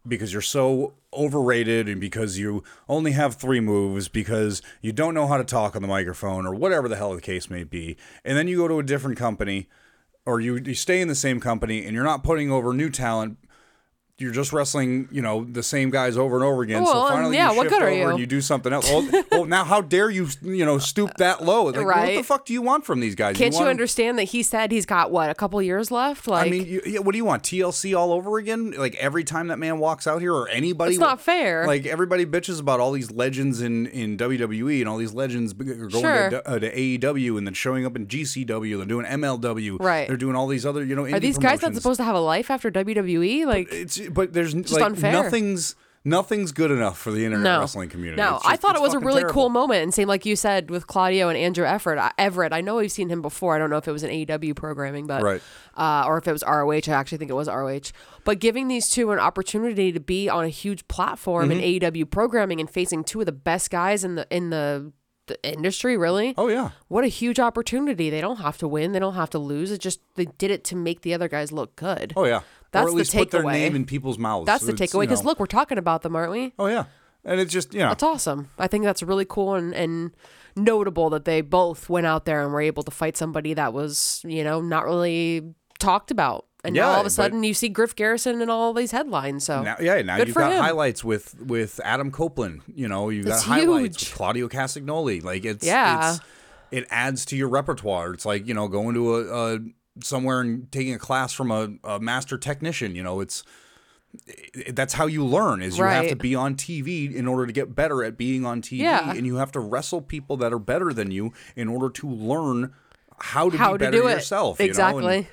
A: because you're so overrated and because you only have three moves because you don't know how to talk on the microphone or whatever the hell the case may be. And then you go to a different company or you, you stay in the same company and you're not putting over new talent. You're just wrestling, you know, the same guys over and over again.
B: Well,
A: so
B: and
A: finally,
B: yeah,
A: you
B: what
A: shift
B: good
A: over
B: are
A: and
B: you?
A: you do something else. Well, well, now how dare you, you know, stoop that low? Like, what the
B: Right.
A: fuck do you want from these guys?
B: can't you
A: want 'em-
B: understand that he said he's got what a couple years left? Like
A: I mean, you, yeah, what do you want? TLC all over again? Like every time that man walks out here, or anybody?
B: It's not fair.
A: Like everybody bitches about all these legends in in WWE and all these legends b- are going
B: Sure.
A: to, uh, to AEW and then showing up in GCW and doing MLW.
B: Right.
A: They're doing all these other, you know,
B: are these guys not supposed to have a life after WWE? Like
A: it's but there's like
B: unfair.
A: nothing's nothing's good enough for the internet
B: no.
A: wrestling community.
B: No,
A: It's just-
B: I thought
A: it's
B: it was a
A: fucking
B: really
A: terrible.
B: cool moment, and same like you said with Claudio and Andrew Everett. I, Everett, I know we've seen him before. I don't know if it was an AEW programming, but
A: Right.
B: uh, or if it was ROH. I actually think it was ROH. But giving these two an opportunity to be on a huge platform
A: Mm-hmm.
B: in AEW programming and facing two of the best guys in the in the, the industry, really.
A: Oh yeah.
B: What a huge opportunity! They don't have to win. They don't have to lose. It just they did it to make the other guys look good.
A: Oh yeah.
B: That's
A: or at
B: the
A: least put their
B: takeaway.
A: name in people's mouths.
B: That's the
A: It's,
B: takeaway.
A: you
B: Because
A: know-
B: look, we're talking about them, aren't we?
A: Oh yeah. And it's just you know
B: That's awesome. I think that's really cool and, and notable that they both went out there and were able to fight somebody that was, you know, not really talked about. And now
A: Yeah,
B: all of a
A: but-
B: sudden you see Griff Garrison in all these headlines. So
A: Now, yeah, now
B: Oh, good
A: you've
B: for
A: got
B: him.
A: highlights with with Adam Copeland. You know, you've
B: It's
A: got highlights
B: huge.
A: with Claudio Castagnoli. Like it's
B: Yeah.
A: it's it adds to your repertoire. It's like you know going to a, a somewhere and taking a class from a, a master technician. You know, it's it- that's how you learn is you have to
B: Right.
A: be on TV in order to get better at being on TV
B: Yeah.
A: and you have to wrestle people that are better than you in order to learn how to
B: how
A: be
B: to
A: better
B: do it
A: yourself you know? And
B: exactly?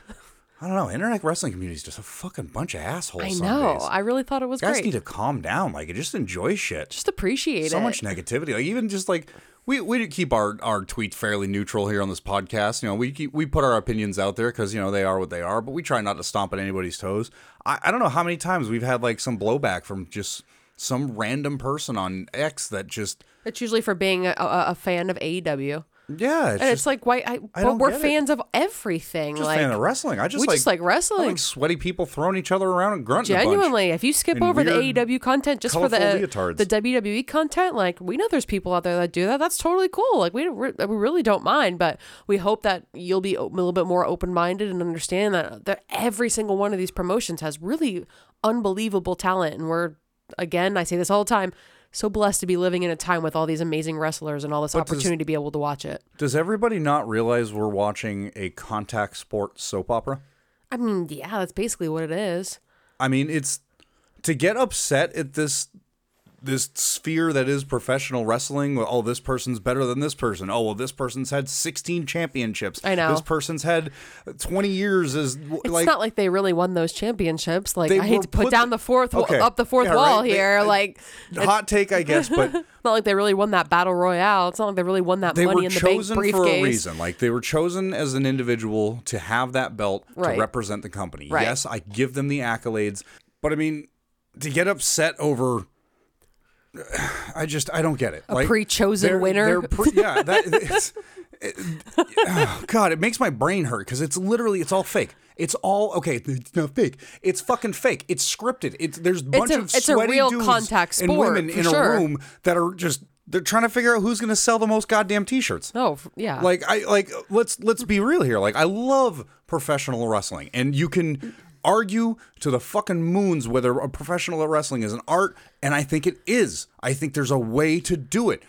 A: I don't know internet wrestling community is just a fucking bunch of assholes
B: I
A: some
B: know.
A: days
B: I really thought it was
A: guys
B: great.
A: need to calm down like and just enjoy shit
B: Just appreciate
A: so
B: it.
A: much negativity like even just like we we do keep our our tweets fairly neutral here on this podcast you know we keep, we put our opinions out there because you know they are what they are but we try not to stomp at anybody's toes I, I don't know how many times we've had like some blowback from just some random person on x that just
B: It's usually for being a, a, a fan of AEW.
A: yeah it's
B: And
A: just
B: it's like why I,
A: don't
B: but we're
A: get it.
B: fans of everything.
A: just
B: like
A: fan of wrestling i just
B: we
A: like,
B: just like
A: I
B: wrestling.
A: like sweaty people throwing each other around and grunting a bunch.
B: Genuinely, if you skip
A: And
B: over the
A: weird,
B: AEW content just for the
A: colorful
B: uh,
A: leotards.
B: the WWE content, like we know there's people out there that do that. That's totally cool. Like we we we really don't mind, but we hope that you'll be o- a little bit more open minded and understand that, that every single one of these promotions has really unbelievable talent, and we're again, I say this all the time. So blessed to be living in a time with all these amazing wrestlers and all this
A: does-
B: opportunity to be able to watch it.
A: does everybody not realize we're watching a contact sport soap opera
B: I mean, yeah, that's basically what it is.
A: I mean, it's to get upset at this this sphere that is professional wrestling. well, Oh, this person's better than this person. Oh, well, this person's had 16 championships.
B: I know.
A: This person's had 20 years as
B: It's
A: like
B: not like they really won those championships. Like
A: They
B: I hate
A: were
B: to put,
A: put-
B: down the fourth wa-
A: Okay.
B: up the fourth
A: Yeah, right.
B: wall
A: They-
B: here.
A: I-
B: like
A: hot take, I guess, but
B: not like they really won that battle royale. It's not like they really won that
A: they
B: money
A: were
B: in the bank
A: chosen
B: briefcase.
A: for a reason. Like they were chosen as an individual to have that belt
B: Right.
A: to represent the company.
B: Right.
A: Yes, I give them the accolades, but I mean, to get upset over I just I don't get it. A
B: pre-chosen winner?
A: pre- yeah, that, it's, it- oh, God, it makes my brain hurt because it's literally it's all fake. It's all okay. It's not fake. It's fucking fake. It's scripted. It's there's a bunch
B: a-
A: of
B: it's a
A: sweaty
B: real
A: dudes
B: contact
A: and
B: sport,
A: women
B: for
A: in
B: sure.
A: a room that are just they're trying to figure out who's going to sell the most goddamn t-shirts.
B: No, f- yeah.
A: Like I like let's let's be real here. Like I love professional wrestling and you can argue to the fucking moons whether a professional wrestling is an art and I think it is. I think there's a way to do it.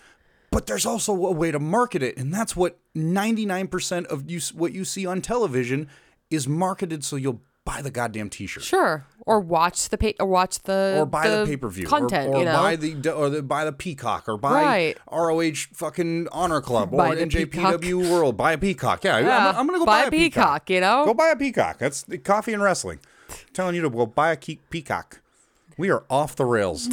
A: But there's also a way to market it and that's what 99% of you s- what you see on television is marketed so you'll buy the goddamn t-shirt.
B: sure, or watch the pa- or watch the
A: Or buy the, pay per view,
B: content,
A: or, or
B: you know,
A: buy the or the, buy the Peacock, or buy
B: Right.
A: ROH fucking Honor Club, or
B: Buy the
A: NJPW World. Buy a Peacock. Yeah, I'm-
B: Yeah.
A: I'm, gonna go
B: Buy
A: buy,
B: a
A: a peacock.
B: peacock, you know?
A: go buy a peacock. That's the coffee and wrestling. I'm telling you to go buy a ke- peacock. We are off the rails.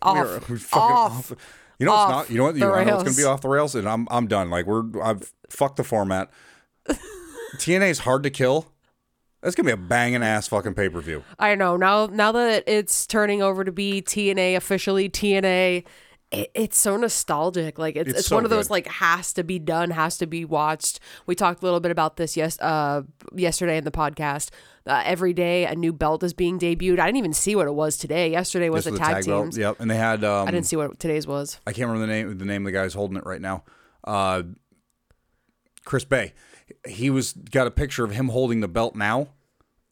B: off.
A: We are we're fucking off. You know
B: Off
A: it's not. You know what? You
B: the
A: wanna know what's gonna
B: rails.
A: be off the rails, and I'm I'm done. Like we're I've fucked the format. TNA is hard to kill. That's gonna be a banging ass fucking pay per view.
B: I know now. Now that it's turning over to be TNA officially TNA, it, it's so nostalgic. Like it's it's,
A: It's so
B: one of those
A: good.
B: like has to be done, has to be watched. We talked a little bit about this yes uh yesterday in the podcast. Uh, every day a new belt is being debuted. I didn't even see what it was today. Yesterday was
A: This
B: the
A: was
B: tag, teams.
A: Yep, and they had. Um,
B: I didn't see what today's was.
A: I can't remember the name the name of the guy who's holding it right now. Uh, Chris Bay. He was got a picture of him holding the belt now,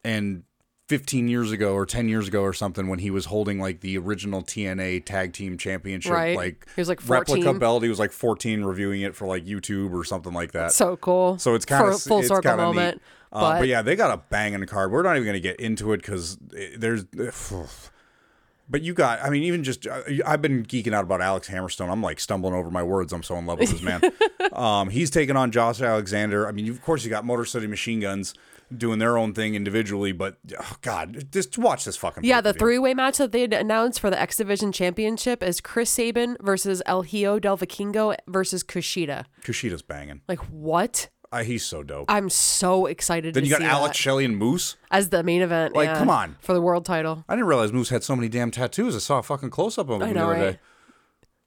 A: and 15 years ago or 10 years ago or something when he was holding like the original TNA Tag Team Championship,
B: Right.
A: like
B: He was, like, 14.
A: replica belt. He was like 14, reviewing it for like YouTube or something like that.
B: So cool.
A: So it's kind
B: For-
A: of
B: full
A: it's
B: circle
A: kinda neat.
B: moment.
A: Uh,
B: but,
A: but, yeah, they got a bang in the card. We're not even going to get into it because there's. But you got, I mean, even just I- I've been geeking out about Alex Hammerstone. I'm like stumbling over my words. I'm so in love with this man. um, he's taking on Josh Alexander. I mean, you- of course, you got Motor City Machine Guns doing their own thing individually, but oh, God, just watch this fucking.
B: Yeah, the
A: pay-per-view.
B: three way match that they had announced for the X Division Championship is Chris Sabin versus El Hijo del Vikingo versus Kushida.
A: Kushida's banging.
B: Like, what?
A: Uh, he's so dope.
B: I'm so excited
A: then
B: to
A: you got
B: see
A: Alex Shelley and Moose.
B: that as the main event.
A: Like,
B: yeah,
A: come on.
B: For the world title.
A: I didn't realize Moose had so many damn tattoos. I saw a fucking close up of him
B: I know,
A: the other
B: right?
A: day.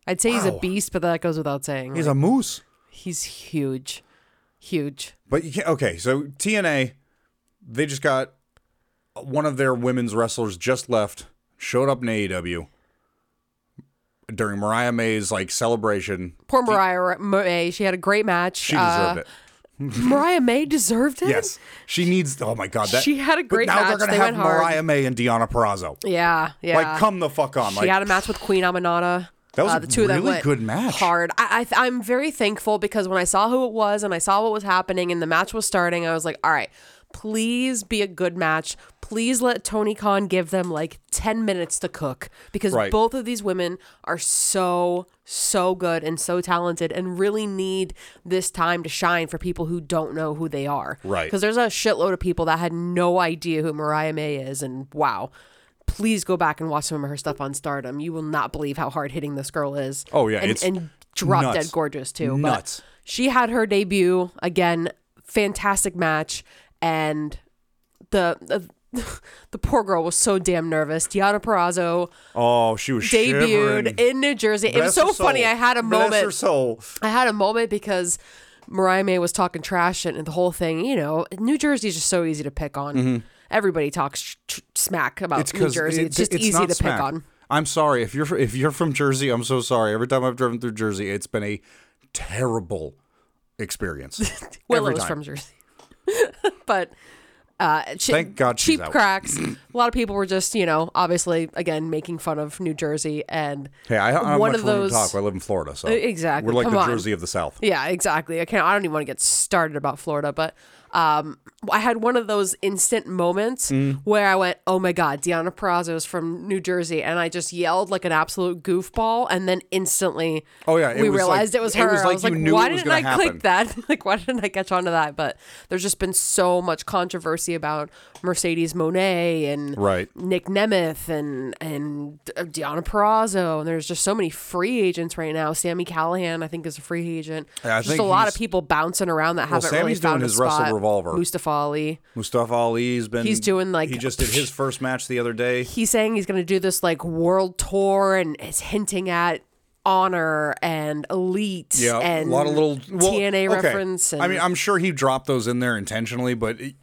B: I'd say he's a
A: Wow.
B: beast, but that goes without saying.
A: He's
B: He's,
A: a moose.
B: he's huge. Huge.
A: But you can't. Okay, so TNA, they just got one of their women's wrestlers just left, showed up in AEW during Mariah May's like celebration.
B: Poor Mariah May. She had a great match.
A: She deserved
B: Uh,
A: it.
B: Mariah May deserved it?
A: Yes, she needs. Oh my God, that
B: She had a
A: but
B: great
A: now
B: match.
A: they're gonna
B: They
A: have
B: went hard.
A: Mariah May and Deanna Perrazzo.
B: Yeah. Yeah.
A: Like, come the fuck on!
B: She
A: Like,
B: had a match with Queen Amanada.
A: That was
B: uh,
A: a
B: the two of them
A: really
B: went
A: good match.
B: Hard. I, I th- I'm very thankful because when I saw who it was and I saw what was happening and the match was starting, I was like, all right, please be a good match. Please let Tony Khan give them like 10 minutes to cook because
A: Right.
B: both of these women are so, so good and so talented and really need this time to shine for people who don't know who they are.
A: Right.
B: Because there's a shitload of people that had no idea who Mariah May is, and wow. Please go back and watch some of her stuff on Stardom. You will not believe how hard hitting this girl is.
A: Oh, yeah,
B: and,
A: it's
B: and drop
A: nuts.
B: dead gorgeous too.
A: Nuts.
B: But she had her debut again. Fantastic match, and the the, the poor girl was so damn nervous. Diana Perrazzo
A: oh, she was
B: debuted
A: shivering.
B: in New Jersey. it
A: Bless
B: was
A: her
B: so funny.
A: soul.
B: I had a
A: Bless
B: moment.
A: Her soul.
B: I had a moment because Mariah May was talking trash and, and the whole thing. You know, New Jersey is just so easy to pick on. Everybody talks tr- tr- smack about
A: Mm-hmm. It's
B: New
A: because
B: Jersey. it's just easy
A: not
B: to
A: smack.
B: pick on.
A: I'm sorry if you're if you're from Jersey. I'm so sorry. Every time I've driven through Jersey, it's been a terrible experience. Every
B: Willow's
A: time.
B: from Jersey, but. Uh, che-
A: Thank God she's
B: cheap
A: out.
B: cracks. a lot of people were just, you know, obviously again making fun of New Jersey, and
A: Hey, I, I have
B: One
A: much
B: of
A: room
B: those- E,
A: to talk. I live in Florida, so
B: exactly.
A: We're like
B: Come
A: the
B: on.
A: Jersey of the South.
B: Yeah, exactly. I can't. I don't even want to get started about Florida, but um, I had one of those instant moments where I went, "Oh my God, Deanna Perrazzo's from New Jersey," and I just yelled like an absolute goofball, and then instantly,
A: Oh, yeah, it was
B: we
A: like-
B: realized it was
A: it
B: her.
A: was
B: I
A: like
B: was
A: you
B: like,
A: knew
B: "Why
A: it was
B: didn't I
A: gonna
B: click that? like, why didn't I catch on to that?" But there's just been so much controversy about Mercedes Monet and
A: Right.
B: Nick Nemeth and and uh, Deanna Perrazzo, and there's just so many free agents right now. Sammy Callahan, I think, is a free agent.
A: Yeah, I
B: just
A: think
B: a lot of
A: he's-
B: people bouncing around that
A: Well,
B: haven't
A: Sammy's
B: really found
A: doing
B: a
A: his
B: spot.
A: Wrestle Revolver.
B: Mustafa Ali.
A: Mustafa Ali's been.
B: He's doing, like-
A: He just did his first match the other day.
B: He's saying he's going to do this like world tour and is hinting at honor and elite
A: Yeah,
B: and
A: a lot of little well,
B: TNA
A: okay.
B: reference. And,
A: I mean, I'm sure he dropped those in there intentionally, but it-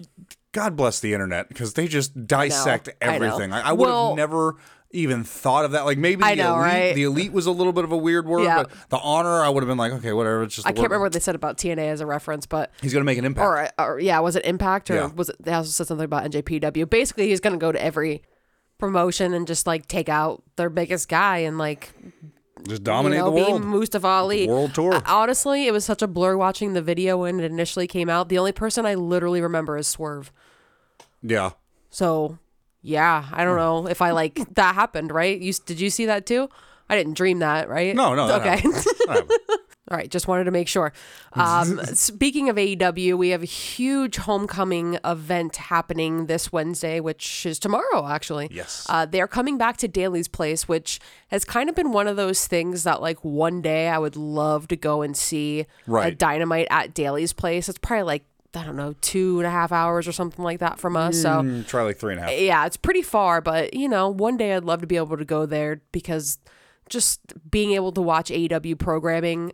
A: God bless the internet because they just dissect
B: I know.
A: everything. I, I would
B: Well-
A: have never even thought of that. Like maybe
B: I
A: the
B: know,
A: elite,
B: right?
A: the elite was a little bit of a weird word,
B: Yeah.
A: but the honor I would have been like, okay, whatever. It's just
B: I
A: the
B: can't
A: word.
B: remember what they said about TNA as a reference, but
A: He's gonna make an impact.
B: or, or yeah, was it Impact or
A: Yeah.
B: was it? They also said something about NJPW. Basically, he's going to go to every promotion and just like take out their biggest guy and like
A: Just
B: you
A: dominate
B: know,
A: the
B: be
A: world.
B: Mustafa Ali.
A: World tour.
B: Uh, honestly, it was such a blur watching the video when it initially came out. The only person I literally remember is Swerve.
A: yeah.
B: So, yeah, I don't know if I like that happened, right? You s- did you see that too? I didn't dream that, right?
A: No, no, that
B: okay.
A: happened.
B: All right, just wanted to make sure. Um, speaking of AEW, we have a huge homecoming event happening this Wednesday, which is tomorrow, actually.
A: Yes.
B: Uh, they're coming back to Daly's Place, which has kind of been one of those things that, like, one day I would love to go and see a
A: Right.
B: dynamite at Daly's Place. It's probably like, I don't know, two and a half hours or something like that from us. So
A: Mm, Try like three and a half.
B: yeah, it's pretty far, but you know, one day I'd love to be able to go there because just being able to watch AEW programming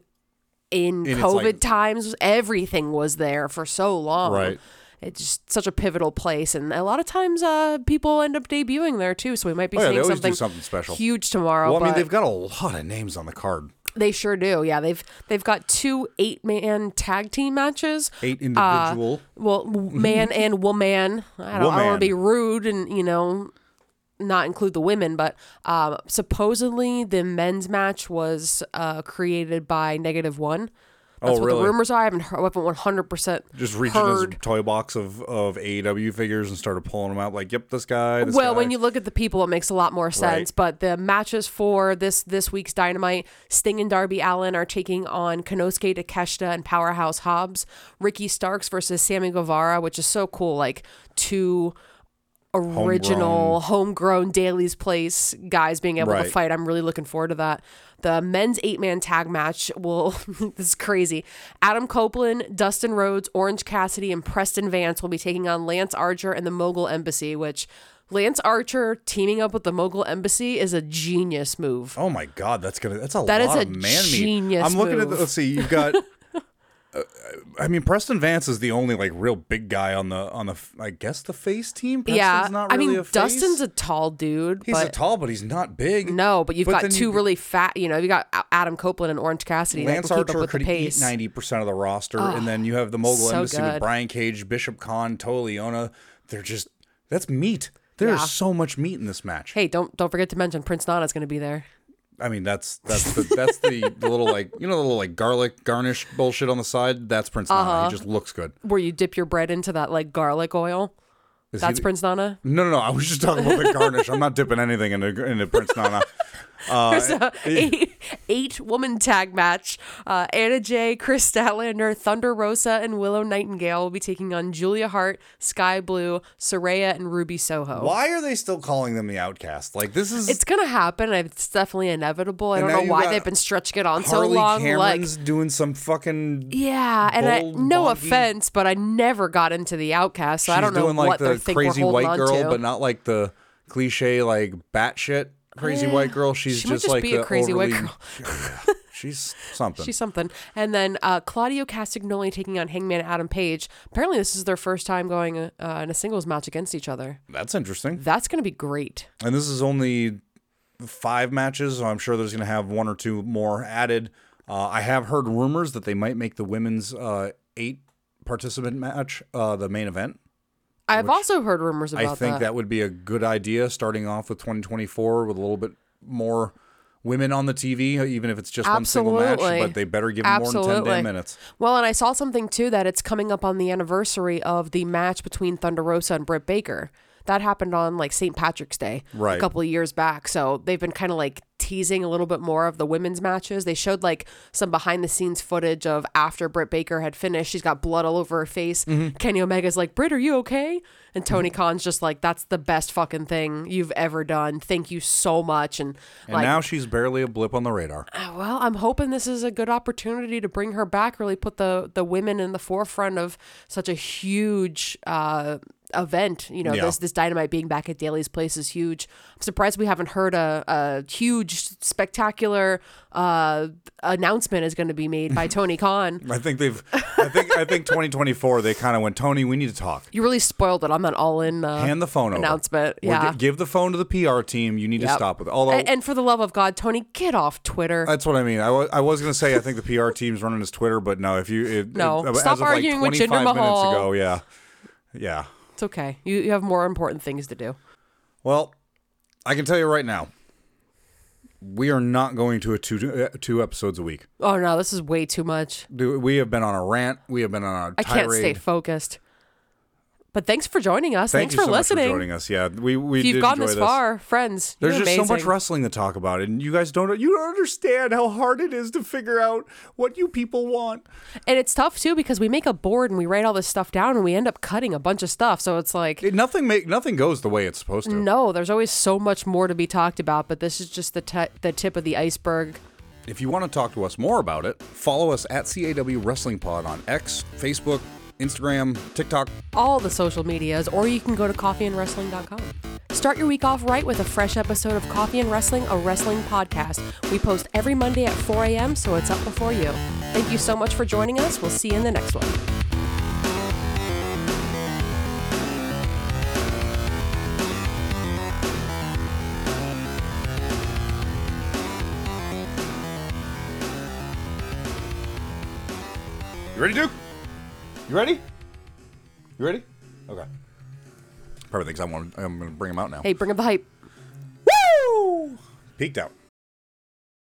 B: in
A: it's
B: COVID
A: like-
B: times, everything was there for so long.
A: Right.
B: It's just such a pivotal place, and a lot of times uh, people end up debuting there too. So we might be
A: Oh, yeah, they
B: seeing
A: always do
B: something,
A: something special.
B: huge tomorrow.
A: Well, I mean,
B: but-
A: they've got a lot of names on the card.
B: they sure do. Yeah, they've they've got two eight man tag team matches.
A: Eight individual.
B: Uh, Well, w- man and woman. I don't, I don't
A: Woman.
B: want to be rude and you know not include the women, but um, supposedly the men's match was uh, created by Negative One. That's
A: Oh,
B: what
A: really?
B: the rumors are. I haven't, heard, I haven't 100%
A: just reached in
B: heard.
A: his toy box of of AEW figures and started pulling them out. Like, yep, this guy. This
B: Well,
A: guy.
B: when you look at the people, it makes a lot more sense. But the matches for this this week's Dynamite, Sting and Darby Allen are taking on Konosuke Takeshita and Powerhouse Hobbs. Ricky Starks versus Sammy Guevara, which is so cool. Like two original homegrown Daly's Place guys being able to
A: Right.
B: fight. I'm really looking forward to that. The men's eight man tag match will, this is crazy. Adam Copeland, Dustin Rhodes, Orange Cassidy, and Preston Vance will be taking on Lance Archer and the Mogul Embassy, which Lance Archer teaming up with the Mogul Embassy is a genius move.
A: oh my god, that's gonna that's a
B: That is
A: lot
B: a
A: of man meat.
B: genius
A: I'm looking at the,
B: move.
A: let's see, you've got. uh, I mean, Preston Vance is the only like real big guy on the on the f- I guess the face team. Preston's
B: yeah.
A: Oh, not really
B: I mean,
A: a face.
B: Dustin's a tall dude,
A: he's
B: but.
A: a tall, but he's not big.
B: no, but you've
A: But
B: got
A: then
B: two
A: you-
B: really fat. You know, you got A- Adam Copeland and Orange Cassidy. that
A: Lance
B: can keep up
A: Archer
B: with
A: could
B: the pace. Ah,
A: eat ninety percent of the roster, and then you have the Mogul
B: so
A: Embassy
B: good.
A: with Brian Cage, Bishop Khan, Toliona. They're just that's meat. There's
B: Yeah.
A: so much meat in this match.
B: Hey, don't don't forget to mention Prince Nana's going to be there.
A: I mean, that's that's the that's the, the little like you know the little like garlic garnish bullshit on the side. That's Prince Nana.
B: Uh-huh.
A: He just looks good.
B: Where you dip your bread into that like garlic oil.
A: Is he
B: That's
A: the-
B: Prince Nana.
A: No, no, no. I was just talking about the garnish. I'm not dipping anything into into Prince Nana. Uh,
B: There's a eight, eight woman tag match. Uh, Anna Jay, Chris Statlander, Thunder Rosa, and Willow Nightingale will be taking on Julia Hart, Sky Blue, Soraya, and Ruby Soho.
A: Why are they still calling them the Outcast? Like this is
B: It's gonna happen. and It's definitely inevitable. I
A: And
B: don't
A: now
B: know
A: you
B: why
A: got
B: they've been stretching it on
A: Harley
B: so long. Like,
A: Cameron's doing some fucking.
B: yeah, and I,
A: bold,
B: no
A: wonky-
B: offense, but I never got into the Outcast, so I
A: She's
B: don't know
A: doing like
B: what they
A: the
B: think
A: crazy
B: we're holding
A: white
B: on
A: girl,
B: to.
A: but not like the cliche like batshit crazy white girl. She's
B: She might
A: just,
B: just
A: like
B: be a
A: the
B: crazy white
A: overly-
B: girl.
A: Yeah, she's something.
B: She's something. And then uh, Claudio Castagnoli taking on Hangman Adam Page. Apparently, this is their first time going uh, in a singles match against each other.
A: That's interesting.
B: That's going to be great.
A: and this is only five matches so i'm sure there's going to have one or two more added uh, i have heard rumors that they might make the women's uh, eight participant match uh, the main event
B: I've also heard rumors about
A: i think that. would be a good idea starting off with 2024 with a little bit more women on the tv even if it's just one single
B: Absolutely.
A: match but they better give them more than 10
B: Absolutely.
A: damn minutes
B: Well, and I saw something too that it's coming up on the anniversary of the match between Thunder Rosa and Britt Baker. That happened on like St. Patrick's Day
A: Right.
B: a couple of years back. So they've been kind of like teasing a little bit more of the women's matches. They showed like some behind the scenes footage of after Britt Baker had finished. She's got blood all over her face.
A: Mm-hmm.
B: Kenny Omega's like, Britt, are you okay? And Tony Khan's just like, that's the best fucking thing you've ever done. Thank you so much. And,
A: And
B: like,
A: now she's barely a blip on the radar.
B: well, I'm hoping this is a good opportunity to bring her back, really put the the women in the forefront of such a huge uh, event. You know,
A: Yeah.
B: this this dynamite being back at Daly's place is huge. I'm surprised we haven't heard a, a huge, spectacular uh, announcement is going to be made by Tony Khan.
A: I think they've. I think. I think 2024. They kind of went. Tony, we need to talk.
B: You really spoiled it. I'm an all in uh,
A: Hand the phone over. Or
B: announcement. Yeah.
A: gi- give the phone to the PR team. You need to
B: Yep.
A: stop with. Although
B: and, and for the love of God, Tony, get off Twitter.
A: that's what I mean. I wa- I was gonna say I think the PR team's running his Twitter, but no. If you it,
B: No.
A: it- as
B: Stop
A: of, like,
B: arguing with Jinder
A: 25 minutes
B: Mahal.
A: ago, yeah, yeah.
B: it's okay. You, you have more important things to do.
A: Well, I can tell you right now, we are not going to a two uh, two episodes a week.
B: Oh, no, this is way too much.
A: Do- We have been on a rant. We have been on a
B: I
A: tirade.
B: can't stay focused. But thanks for joining us.
A: Thank
B: thanks
A: you
B: for
A: so
B: listening.
A: much for joining us. Yeah, we we
B: if
A: did
B: you've gone
A: enjoy
B: this,
A: this.
B: far, friends,
A: There's
B: you're
A: just so much
B: amazing.
A: wrestling to talk about, and you guys don't you don't understand how hard it is to figure out what you people want.
B: and it's tough too because we make a board and we write all this stuff down and we end up cutting a bunch of stuff. So it's like,
A: It, nothing make nothing goes the way it's supposed to.
B: no, there's always so much more to be talked about. But this is just the t- the tip of the iceberg.
A: If you want to talk to us more about it, follow us at CAW Wrestling Pod on X, Facebook, Instagram, TikTok.
B: all the social medias, or you can go to coffeeandwrestling.com. Start your week off right with a fresh episode of Coffee and Wrestling, a wrestling podcast. We post every Monday at 4 a.m., so it's up before you. Thank you so much for joining us. We'll see you in the next one.
A: You ready, Duke? You ready? You ready? Okay. Perfect. Thanks. I want. I'm going to bring him out now.
B: Hey, bring up the hype.
A: Woo! Peeked out.